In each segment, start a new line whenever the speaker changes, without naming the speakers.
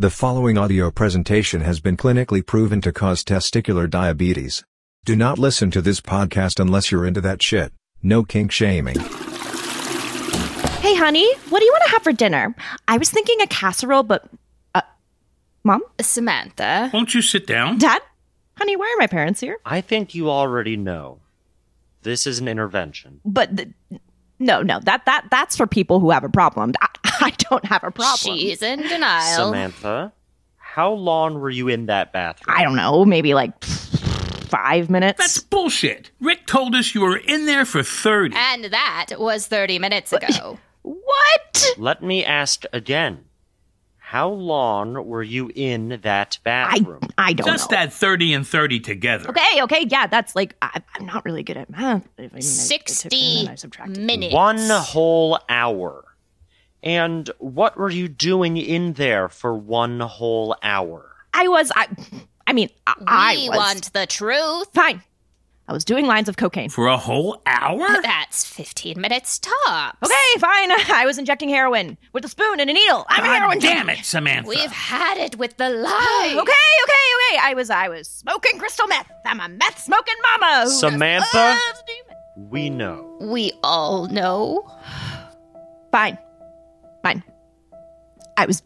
The following audio presentation has been clinically proven to cause testicular diabetes. Do not listen to this podcast unless you're into that shit. No kink shaming.
Hey, honey, what do you want to have for dinner? I was thinking a casserole, but. Uh, Mom?
Samantha.
Oh.
Won't you sit down?
Dad? Honey, why are my parents here?
I think you already know. This is an intervention.
But. th- no, no, that that that's for people who have a problem. I, I don't have a problem.
She's in denial.
Samantha, how long were you in that bathroom?
I don't know, maybe like five minutes.
That's bullshit. Rick told us you were in there for 30.
And that was 30 minutes ago.
what?
Let me ask again. How long were you in that
I
bathroom?
I don't
Just
know.
add 30 and 30 together.
Okay, okay, yeah, that's like I, I'm not really good at math. I mean, I- I took them
60
and I subtracted.
minutes.
One whole hour. And what were you doing in there for one whole hour?
I was I, I mean I, I
We
was
want the truth.
fine. I was doing lines of cocaine.
For a whole hour?
That's 15 minutes tops.
Okay, fine. I was injecting heroin with a spoon and a needle. I'm a heroin.
God damn it, Samantha.
We've had it with the lie.
Okay, okay, okay. I was I was smoking crystal meth. I'm a meth smoking mama. who
Samantha?
loves to-
We know.
We all know.
Fine, fine. I was.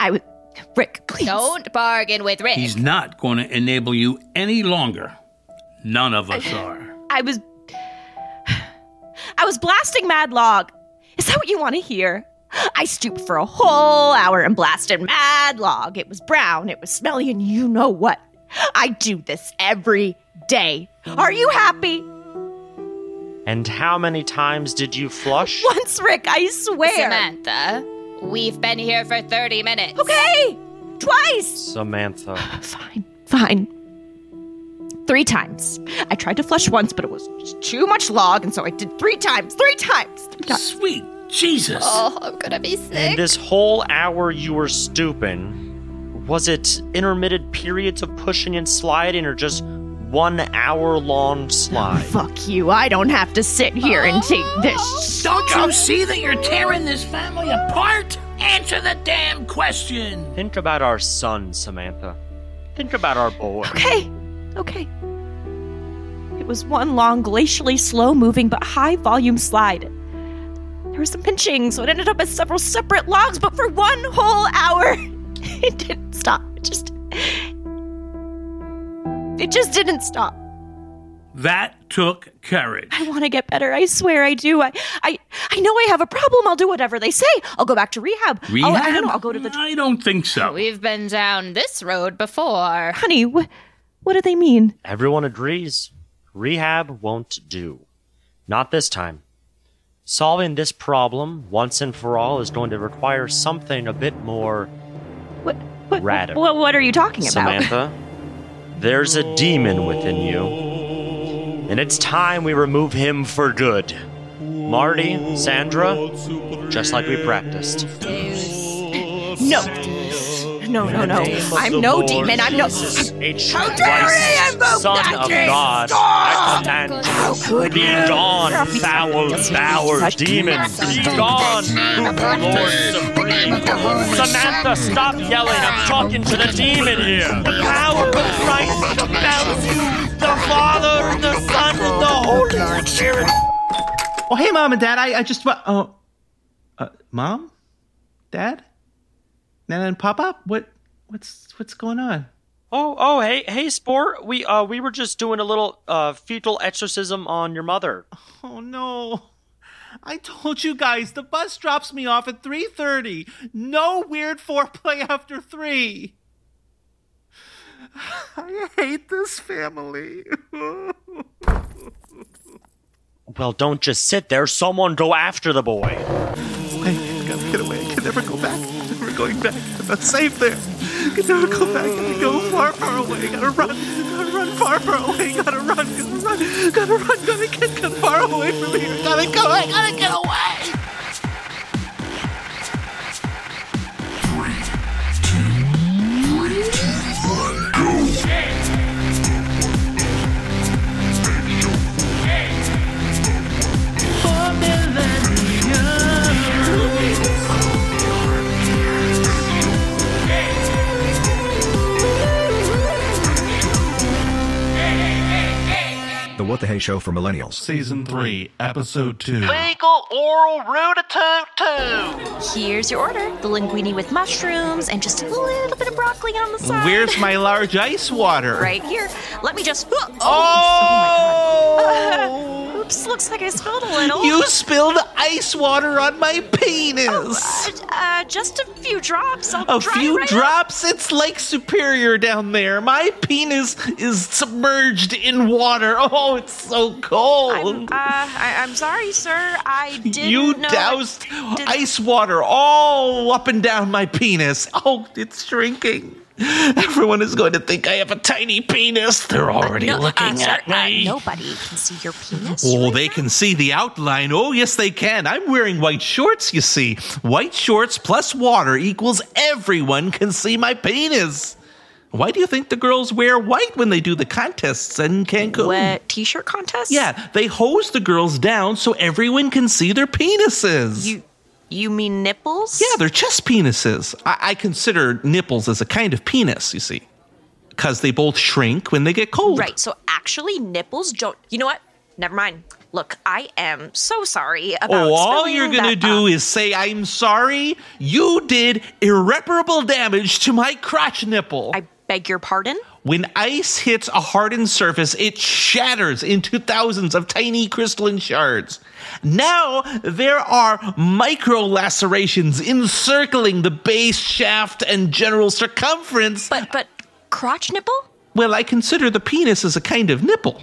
I was. Rick, please.
Don't bargain with Rick.
He's not going to enable you any longer. None of us are.
I was. I was blasting Mad Log. Is that what you want to hear? I stooped for a whole hour and blasted Mad Log. It was brown, it was smelly, and you know what? I do this every day. Are you happy?
And how many times did you flush?
Once, Rick, I swear.
Samantha, Uh, we've been here for 30 minutes.
Okay, twice.
Samantha.
Fine, fine. Three times. I tried to flush once, but it was just too much log, and so I did three times, three times. Three times.
Sweet Jesus.
Oh, I'm gonna be sick.
And this whole hour you were stooping, was it intermittent periods of pushing and sliding or just one hour long slide?
Fuck you, I don't have to sit here and take this. sh-
Oh. Don't you see that you're tearing this family apart? Answer the damn question.
Think about our son, Samantha. Think about our boy.
Okay, okay. It was one long, glacially slow moving but high volume slide. There was some pinching, so it ended up as several separate logs, but for one whole hour, it didn't stop. It just. It just didn't stop.
That took courage.
I want to get better. I swear I do. I, I, I know I have a problem. I'll do whatever they say. I'll go back to rehab.
Rehab?
I'll, I don't know. Oh, I'll go to the.
I don't think so.
We've been down this road before.
Honey, wh- what do they mean?
Everyone agrees. Rehab won't do. Not this time. Solving this problem once and for all is going to require something a bit more.
What? What?
Radical.
What, what are you talking about?
Samantha, there's a demon within you. And it's time we remove him for good. Marty, Sandra, just like we practiced.
No, no, no, no. I'm no demon. I'm no.
How
dare he invoke
Son
that
of
name?
God, I command you, be gone, foul, foul demon, be gone, Lord Supreme. Samantha, stop yelling, I'm talking to the demon here. The power of Christ compels you, the Father, the Son, and the Holy Spirit.
Oh, hey, mom and dad. I, I just wa- oh, uh, mom, dad, Nana and Pop Up. What what's what's going on?
Oh, oh, hey, hey, sport. We uh, we were just doing a little uh, fetal exorcism on your mother.
Oh no! I told you guys the bus drops me off at three thirty. No weird foreplay after three. I hate this family.
Well, don't just sit there. Someone go after the boy.
I gotta get away. I can never go back. I'm never going back. I'm not safe there. I can never go back. I can go far, far away. I gotta run. Gotta run far, far away. Gotta run. Gotta run. Gotta run. Gotta get gotta far away from here. Gotta go. I gotta get away.
What the Hey Show for Millennials.
Season 3, Episode 2.
Bagel oral rootatoot
Here's your order the linguine with mushrooms and just a little bit of broccoli on the side.
Where's my large ice water?
Right here. Let me just. Oh!
Oh!
my God. Oops, looks like I spilled a little.
You spilled ice water on my penis.
Uh, uh, just a few drops. I'll
a
dry
few
right up.
drops. It's like Superior down there. My penis is submerged in water. Oh, it's so
I'm,
cold.
uh, I, I'm sorry, sir. I didn't
you
know.
doused
did-
ice water all up and down my penis. Oh, it's shrinking. Everyone is going to think I have a tiny penis. They're already
No, uh,
looking
sir,
at
uh,
me.
nobody can see your penis.
Oh,
right
they
now.
can see the outline. Oh, yes, they can. I'm wearing white shorts, you see. White shorts plus water equals everyone can see my penis. Why do you think the girls wear white when they do the contests in Cancun?
What t-shirt contest?
Yeah, they hose the girls down so everyone can see their penises.
You you mean nipples?
yeah, they're chest penises. I, I consider nipples as a kind of penis, you see, because they both shrink when they get cold.
Right. So actually, nipples don't. You know what? Never mind. Look, I am so sorry about.
Oh, all
spilling
you're going
that
to do
up.
is say, I'm sorry, you did irreparable damage to my crotch nipple.
I beg your pardon.
when ice hits a hardened surface, it shatters into thousands of tiny crystalline shards. Now there are micro lacerations encircling the base shaft and general circumference.
But but crotch nipple?
Well, I consider the penis as a kind of nipple.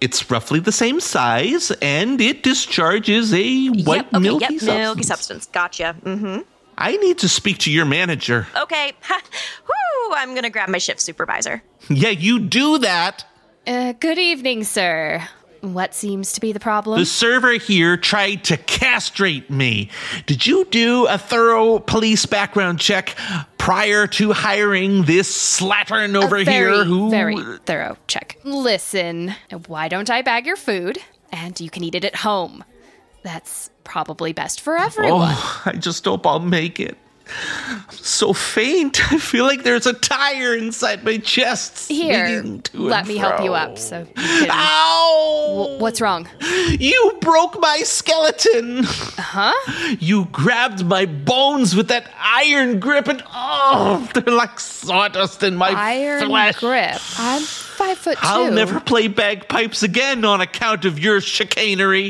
It's roughly the same size, and it discharges a white
yep. Okay.
milky,
yep.
substance.
Milky substance. Gotcha. Mm-hmm.
I need to speak to your manager.
Okay. Whoo! I'm gonna grab my shift supervisor.
Yeah, you do that.
Uh, good evening, sir. What seems to be the problem?
The server here tried to castrate me. Did you do a thorough police background check prior to hiring this slattern
A
over
very,
here who
very thorough check. Listen, why don't I bag your food and you can eat it at home? That's probably best for everyone.
Oh, I just hope I'll make it. I'm so faint. I feel like there's a tire inside my chest.
Here,
swinging to
let
and
me help you
fro.
up. So, you can-
Ow!
Wh- what's wrong?
You broke my skeleton.
Uh-huh.
Huh? You grabbed my bones with that iron grip, and oh, they're like sawdust in my
Iron
flesh.
grip. I'm five foot 2
I'll never play bagpipes again on account of your chicanery.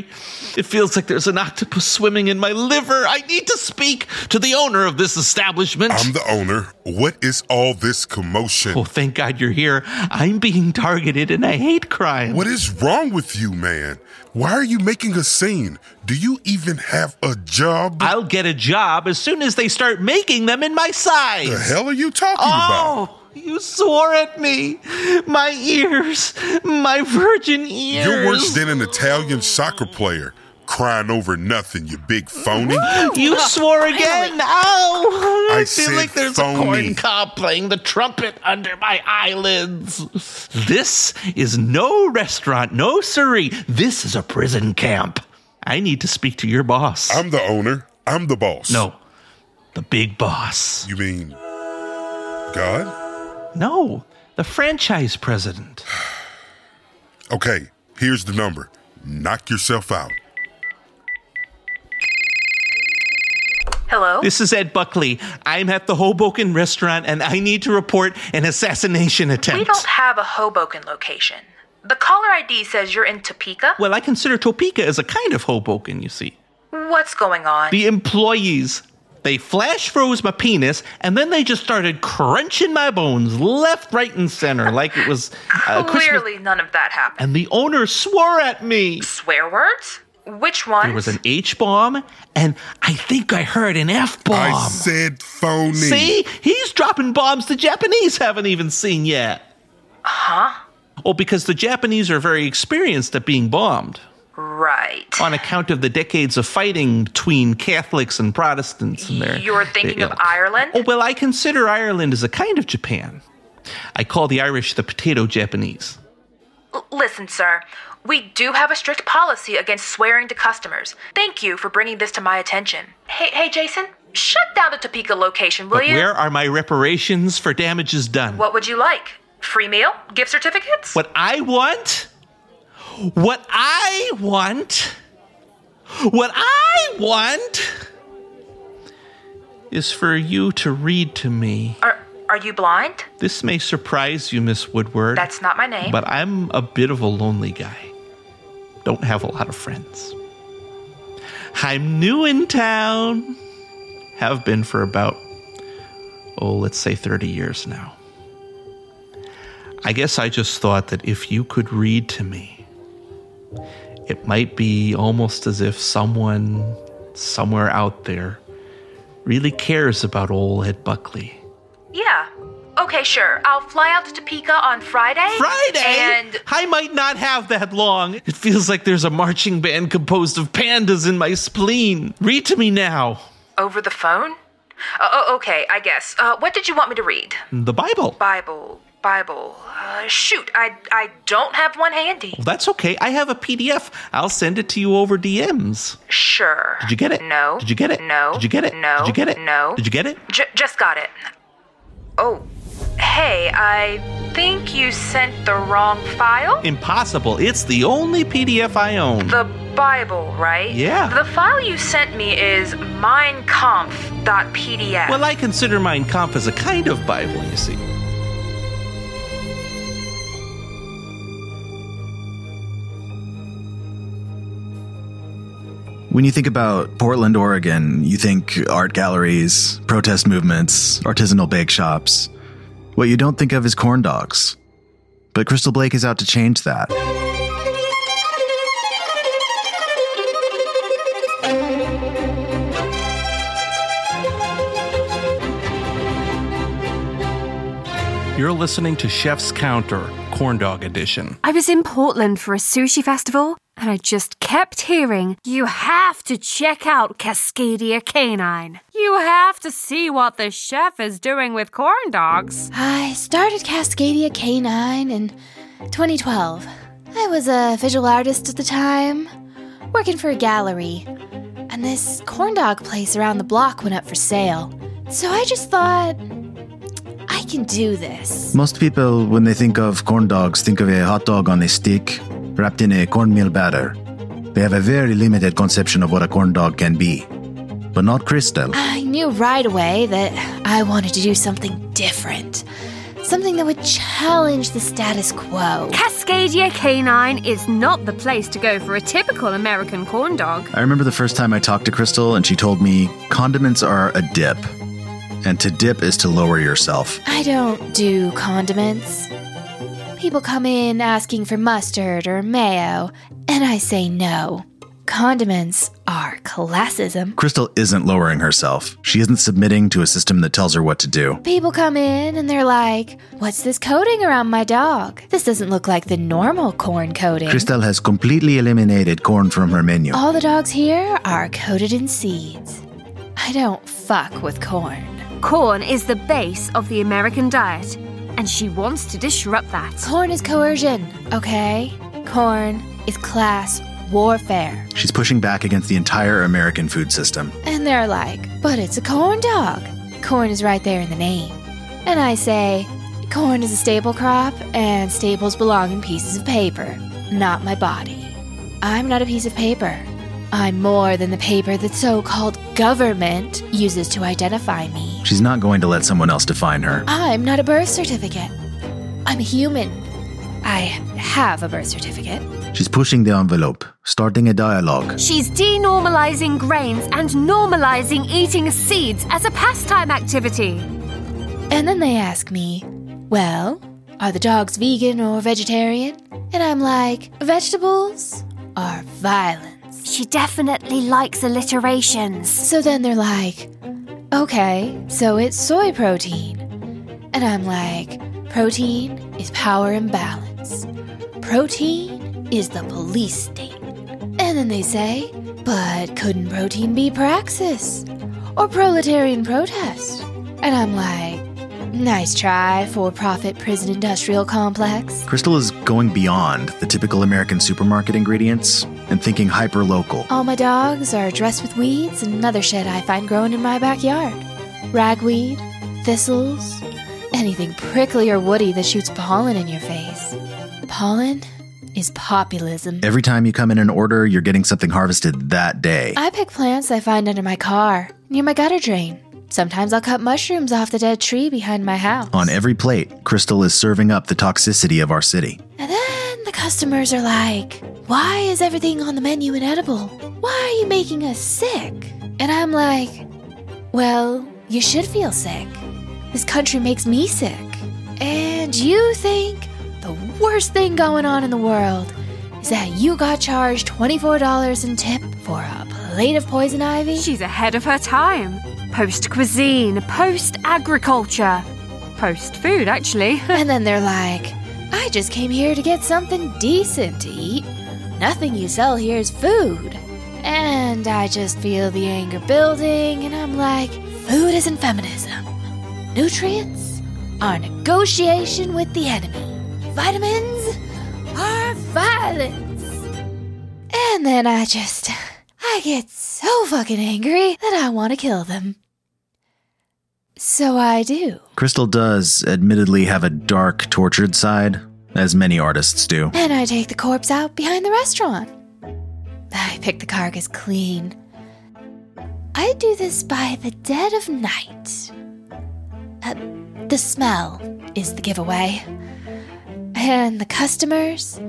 It feels like there's an octopus swimming in my liver. I need to speak to the owner of this establishment.
I'm the owner. What is all this
oh,
commotion?
thank God you're here. I'm being targeted and I hate crime.
What is wrong with you, man? Why are you making a scene? Do you even have a job?
I'll get a job as soon as they start making them in my size.
the hell are you talking about?
Oh, you swore at me. My ears, my virgin ears.
You're worse than an Italian soccer player, crying over nothing, you big phony.
You swore again. Ow! I,
I
feel
said
like there's a
phony.
corn cob playing the trumpet under my eyelids. This is no restaurant, no siree. This is a prison camp. I need to speak to your boss.
I'm the owner. I'm the boss.
no, the big boss.
You mean God?
No, the franchise president.
Okay, here's the number. Knock yourself out.
Hello.
This is Ed Buckley. I'm at the Hoboken restaurant and I need to report an assassination attempt.
We don't have a Hoboken location. The caller ID says you're in Topeka.
well, I consider Topeka as a kind of Hoboken, you see.
What's going on?
The employees, they flash froze my penis and then they just started crunching my bones left, right, and center like it was uh, Christmas.
Clearly, none of that happened.
And the owner swore at me.
Swear words? Which ones?
There was an H bomb and I think I heard an F
I
bomb.
said phony.
See, he's dropping bombs the Japanese haven't even seen yet. Huh? Oh, because the Japanese are very experienced at being bombed
right.
on account of the decades of fighting between Catholics and Protestants. And their,
You're thinking
their
of
ilk.
Ireland?
Oh, well, I consider Ireland as a kind of Japan. I call the Irish the potato Japanese.
L- listen, sir. We do have a strict policy against swearing to customers. Thank you for bringing this to my attention. Hey, hey, Jason. Shut down the Topeka location, will
But
you?
where are my reparations for damages done?
What would you like? Free meal? Gift certificates?
What I want? What I want, what I want is for you to read to me.
Are are you blind?
This may surprise you, Miss Woodward.
That's not my name.
But I'm a bit of a lonely guy. Don't have a lot of friends. I'm new in town. Have been for about, oh, let's say 30 years now. I guess I just thought that if you could read to me, it might be almost as if someone somewhere out there really cares about old Ed Buckley.
Yeah. Okay, sure. I'll fly out to Topeka on Friday.
Friday?
And
I might not have that long. It feels like there's a marching band composed of pandas in my spleen. Read to me now.
over the phone? Oh, okay, I guess. Uh, what did you want me to read?
The Bible.
Bible. Bible. Uh, shoot, I I don't have one handy.
Well, that's okay. I have a PDF. I'll send it to you over DMs.
Sure.
Did you get it?
No.
Did you get it?
No.
Did you get it?
No.
Did you get it?
No.
Did you get it?
J- just got it. Oh, hey, I think you sent the wrong file.
Impossible. It's the only PDF I own.
The Bible, right?
Yeah.
The file you sent me is mindconf.pdf.
well, I consider Mein Kampf as a kind of Bible, you see.
When you think about Portland, Oregon, you think art galleries, protest movements, artisanal bake shops. What you don't think of is corn dogs. But Crystal Blake is out to change that.
You're listening to Chef's Counter, Corn Dog Edition.
I was in Portland for a sushi festival, and I just kept hearing, You have to check out Cascadia Canine. You have to see what the chef is doing with corn dogs.
I started Cascadia Canine in 2012. I was a visual artist at the time, working for a gallery. And this corn dog place around the block went up for sale. So I just thought, I can do this.
Most people, when they think of corn dogs, think of a hot dog on a stick wrapped in a cornmeal batter. They have a very limited conception of what a corn dog can be. But not Crystal.
I knew right away that I wanted to do something different. Something that would challenge the status quo.
Cascadia Canine is not the place to go for a typical American corn dog.
I remember the first time I talked to Crystal, and she told me condiments are a dip. And to dip is to lower yourself.
I don't do condiments. People come in asking for mustard or mayo, and I say no. Condiments are classism.
Crystal isn't lowering herself. She isn't submitting to a system that tells her what to do.
People come in and they're like, What's this coating around my dog? This doesn't look like the normal corn coating.
Crystal has completely eliminated corn from her menu.
All the dogs here are coated in seeds. I don't fuck with corn.
Corn is the base of the American diet, and she wants to disrupt that.
Corn is coercion, okay? Corn is class warfare.
She's pushing back against the entire American food system.
And they're like, but it's a corn dog. Corn is right there in the name. And I say, corn is a staple crop, and staples belong in pieces of paper, not my body. I'm not a piece of paper. I'm more than the paper that so called government uses to identify me.
She's not going to let someone else define her.
I'm not a birth certificate. I'm a human. I have a birth certificate.
She's pushing the envelope, starting a dialogue.
She's denormalizing grains and normalizing eating seeds as a pastime activity.
And then they ask me, Well, are the dogs vegan or vegetarian? And I'm like, Vegetables are violence.
She definitely likes alliterations.
So then they're like, Okay, so it's soy protein. And I'm like, Protein is power and balance. Protein is the police state. And then they say, But couldn't protein be praxis? Or proletarian protest? And I'm like, Nice try, for profit prison industrial complex.
Crystal is going beyond the typical American supermarket ingredients and thinking hyper local.
All my dogs are dressed with weeds and other shit I find growing in my backyard ragweed, thistles, anything prickly or woody that shoots pollen in your face. Pollen is populism.
Every time you come in an order, you're getting something harvested that day.
I pick plants I find under my car, near my gutter drain. Sometimes I'll cut mushrooms off the dead tree behind my house.
On every plate, Crystal is serving up the toxicity of our city.
And the customers are like, Why is everything on the menu inedible? Why are you making us sick? And I'm like, Well, you should feel sick. This country makes me sick. And you think the worst thing going on in the world is that you got charged $24 in tip for a plate of poison ivy?
She's ahead of her time. Post cuisine, post agriculture, post food, actually.
and then they're like, I just came here to get something decent to eat. Nothing you sell here is food. And I just feel the anger building, and I'm like, food isn't feminism. Nutrients are negotiation with the enemy. Vitamins are violence. And then I just, I get so fucking angry that I want to kill them. So I do.
Crystal does admittedly have a dark, tortured side, as many artists do.
And I take the corpse out behind the restaurant. I pick the carcass clean. I do this by the dead of night. Uh, the smell is the giveaway. And the customers,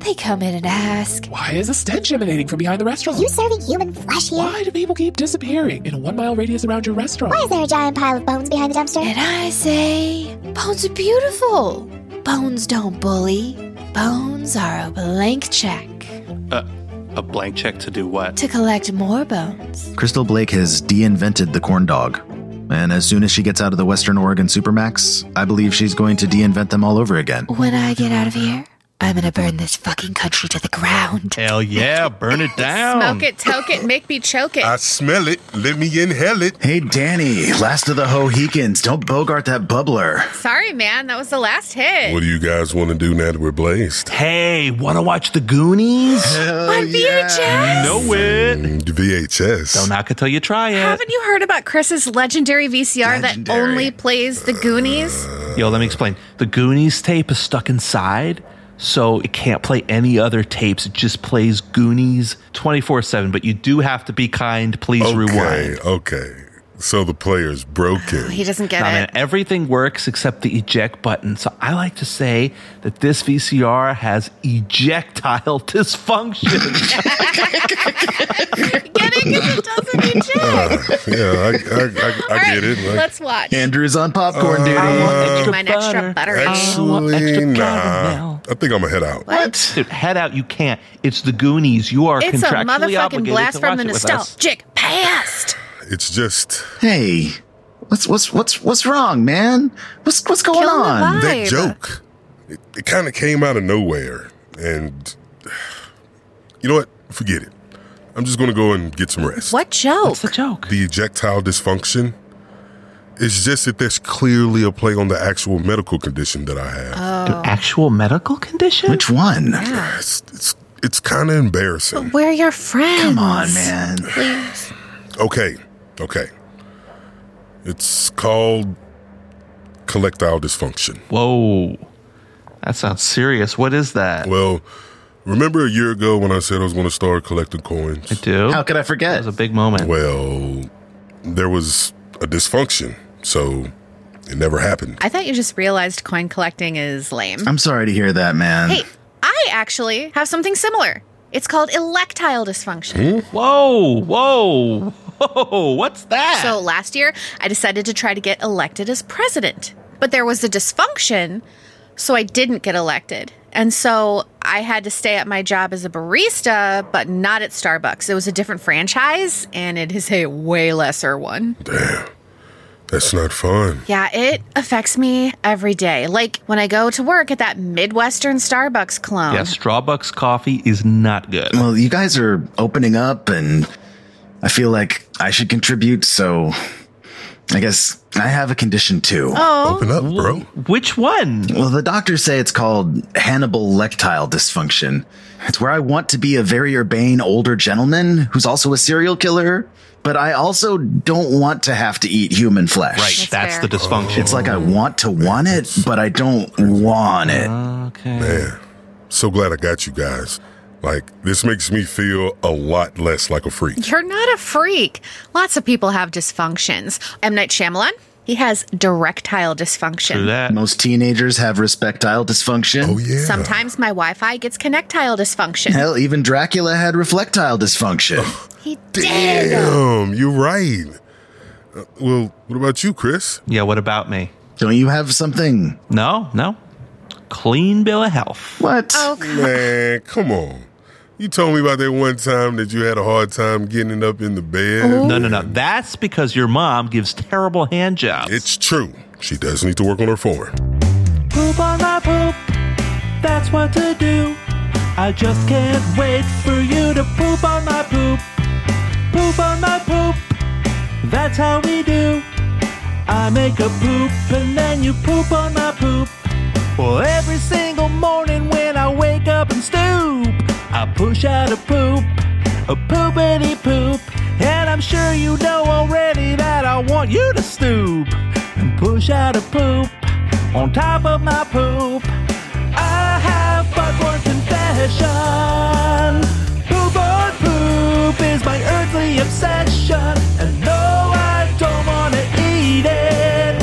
they come in and ask.
Why is a stench emanating from behind the restaurant?
You serving human flesh here?
Why do people keep disappearing in a one mile radius around your restaurant?
Why is there a giant pile of bones behind the dumpster?
And I say, bones are beautiful. Bones don't bully. Bones are a blank check
Uh, a blank check to do what?
to collect more bones.
Crystal Blake has de-invented the corn dog. And as soon as she gets out of the Western Oregon Supermax, I believe she's going to de-invent them all over again.
When I get out of here, I'm gonna burn this fucking country to the ground.
Hell yeah, burn it
Smoke
Oh.
it, toke it, make me choke it.
I smell it. Let me inhale it. Hey, Danny, last of the Hohekins. Don't bogart that bubbler.
Sorry, man, that was the last hit.
What do you guys want to do now that we're blazed?
Hey, want to watch the Goonies?
On VHS?
Know it.
Mm, VHS.
Don't knock it till you try it.
Haven't you heard about Chris's legendary VCR that only plays the Goonies?
Yo, let me explain. The Goonies tape is stuck inside, so it can't play any other tapes. It just plays Goonies 24 7. But you do have to be kind. Please rewind.
Okay. So the player's broken.
He doesn't get
Nah,
it.
man, everything works except the eject button. So I like to say that this VCR has ejectile dysfunction.
Uh, yeah, I, I, I, I get it. Like,
Let's watch.
Andrew's on popcorn
Uh,
duty.
I want extra
Mine extra butter.
actually, nah. Uh, I think I'm gonna head out.
What? Dude, head out. You can't. It's the Goonies. You are
It's a
contractually
motherfucking
obligated
blast
to
from
watch
the
it with us.
nostalgic past.
It's just
Hey, what's what's what's what's wrong, man? What's what's going on?
That joke. It, it kind of came out of nowhere, and you know what? Forget it. I'm just gonna go and get some rest.
What joke?
What's the joke?
The ejectile dysfunction. It's just that there's clearly a play on the actual medical condition that I have.
Dude, actual medical condition?
Which one?
It's it's, it's kind of embarrassing.
We're your friends.
Come on, man.
Please.
Okay, okay. It's called collectile dysfunction.
Whoa. That sounds serious. What is that?
Well, remember a year ago when I said I was going to start collecting coins? I
do. How
could I forget?
That was a big moment.
Well, there was a dysfunction, so it never happened.
I thought you just realized coin collecting is lame.
I'm sorry to hear that, man.
Hey, I actually have something similar. It's called electile dysfunction.
Whoa, whoa, whoa. What's that?
So last year, I decided to try to get elected as president, but there was a dysfunction, so I didn't get elected. And so I had to stay at my job as a barista, but not at Starbucks. It was a different franchise, and it is a way lesser one.
That's not fun.
Yeah, it affects me every day. Like when I go to work at that Midwestern Starbucks clone.
yeah, Strawbucks coffee is not good.
Um, Well, you guys are opening up, and I feel like I should contribute, so I guess I have a condition too.
Oh. Open
up, bro.
Which one?
Well, the doctors say it's called Hannibal lectile dysfunction. It's where I want to be a very urbane older gentleman who's also a serial killer, but I also don't want to have to eat human flesh.
Right, that's, the dysfunction. Ah.
It's like I want to want it, but I don't want it.
Okay.
Man, So glad I got you guys. Like, this makes me feel a lot less like a freak.
You're not a freak. Lots of people have dysfunctions. M. Night Shyamalan, he has erectile dysfunction.
Most teenagers have respectile dysfunction. Oh, yeah.
Sometimes my Wi Fi gets connectile dysfunction.
Hell, even Dracula had reflectile dysfunction.
He
Damn, Um, you're right. Uh, well, what about you, Chris?
Yeah, what about me?
Don't you have something?
No, no. Clean bill of health.
What?
Oh,
Man, come on. You told me about that one time that you had a hard time getting it up in the bed.
No, no, no. That's because your mom gives terrible hand jobs.
It's true. She does need to work on her form.
Poop on my poop, that's what to do. I just can't wait for you to poop on my poop. Poop on my poop, that's how we do. I make a poop and then you poop on my poop. Well, every single morning when I wake up and stoop, I push out a poop, a poopity poop. And I'm sure you know already that I want you to stoop and push out a poop on top of my poop. I have but one confession. Poop on poop is my earthly obsession. And no, I don't want to eat it.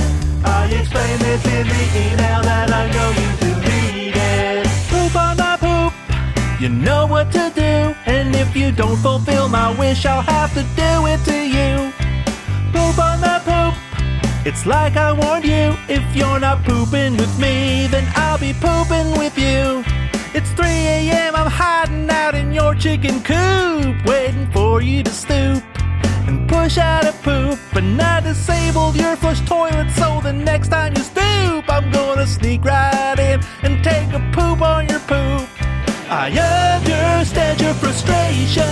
I explain this in the email that I know you deleted. Poop on my poop, you know what to do. And if you don't fulfill my wish, I'll have to do it to you. Poop on my poop. It's like I warned you, if you're not pooping with me, then I'll be pooping with you. It's 3 a.m., I'm hiding out in your chicken coop, waiting for you to stoop and push out a poop. And I disabled your flush toilet, so the next time you stoop, I'm gonna sneak right in and take a poop on your poop. I understand your frustration.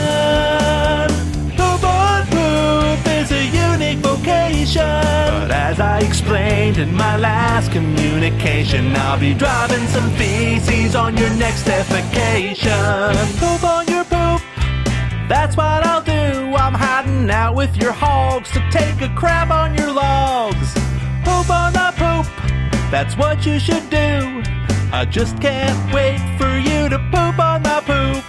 Poop on poop is a unique vocation. But as I explained in my last communication, I'll be dropping some feces on your next defecation. Poop on your poop, that's what I'll do. I'm hiding out with your hogs to take a crap on your logs. Poop on the poop, that's what you should do. I just can't wait for you to poop on my poop.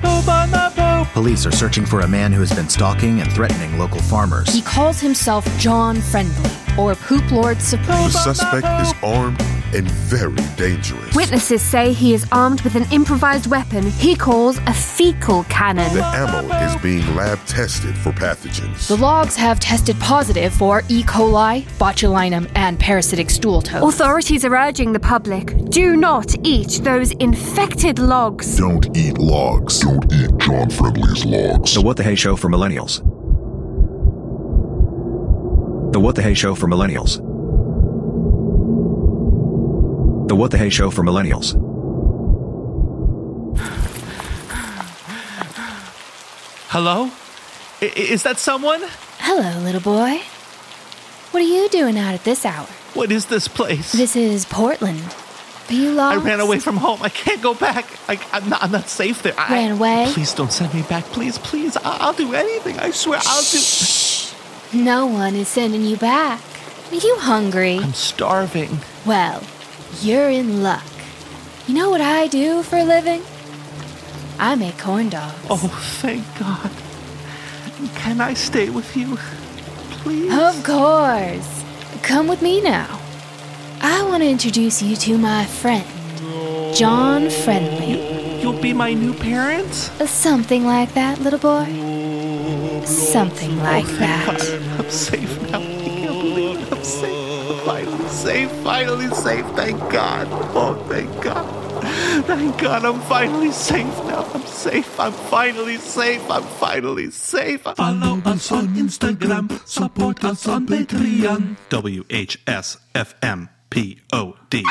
Poop on the poop.
Police are searching for a man who has been stalking and threatening local farmers.
He calls himself John Friendly, or Poop Lord Supreme.
The suspect is armed and very dangerous.
Witnesses say he is armed with an improvised weapon he calls a fecal cannon.
The ammo is being lab tested for pathogens.
The logs have tested positive for E. coli, botulinum, and parasitic stool toad.
Authorities are urging the public do not eat those infected logs.
Don't eat logs. Don't eat John Friendly's logs. The What the Hey Show for Millennials. The What the Hey Show for Millennials. The What the Hey Show for Millennials.
Hello? I- I- is that someone?
Hello, little boy. What are you doing out at this hour?
What is this place?
This is Portland. Are you
I
lost?
ran away from home. I can't go back. I, I'm, not, I'm not safe there. I,
Ran away?
Please don't send me back. Please, please. I, I'll do anything. I swear I'll do.
No one is sending you back. Are you hungry?
I'm starving.
Well, you're in luck. You know what I do for a living? I make corn dogs.
Oh, thank God. Can I stay with you? Please.
Of course. Come with me now. I want to introduce you to my friend, John Friendly.
You'll be my new parents?
Something like that, little boy. Something
Oh,
like that.
I'm safe now. I can't believe it. I'm safe. Finally safe. Finally safe. Thank God. Oh, thank God. Thank God I'm finally safe now. I'm safe. I'm finally safe. I'm finally safe. Follow us on Instagram. Support us on Patreon. WHSFMPOD.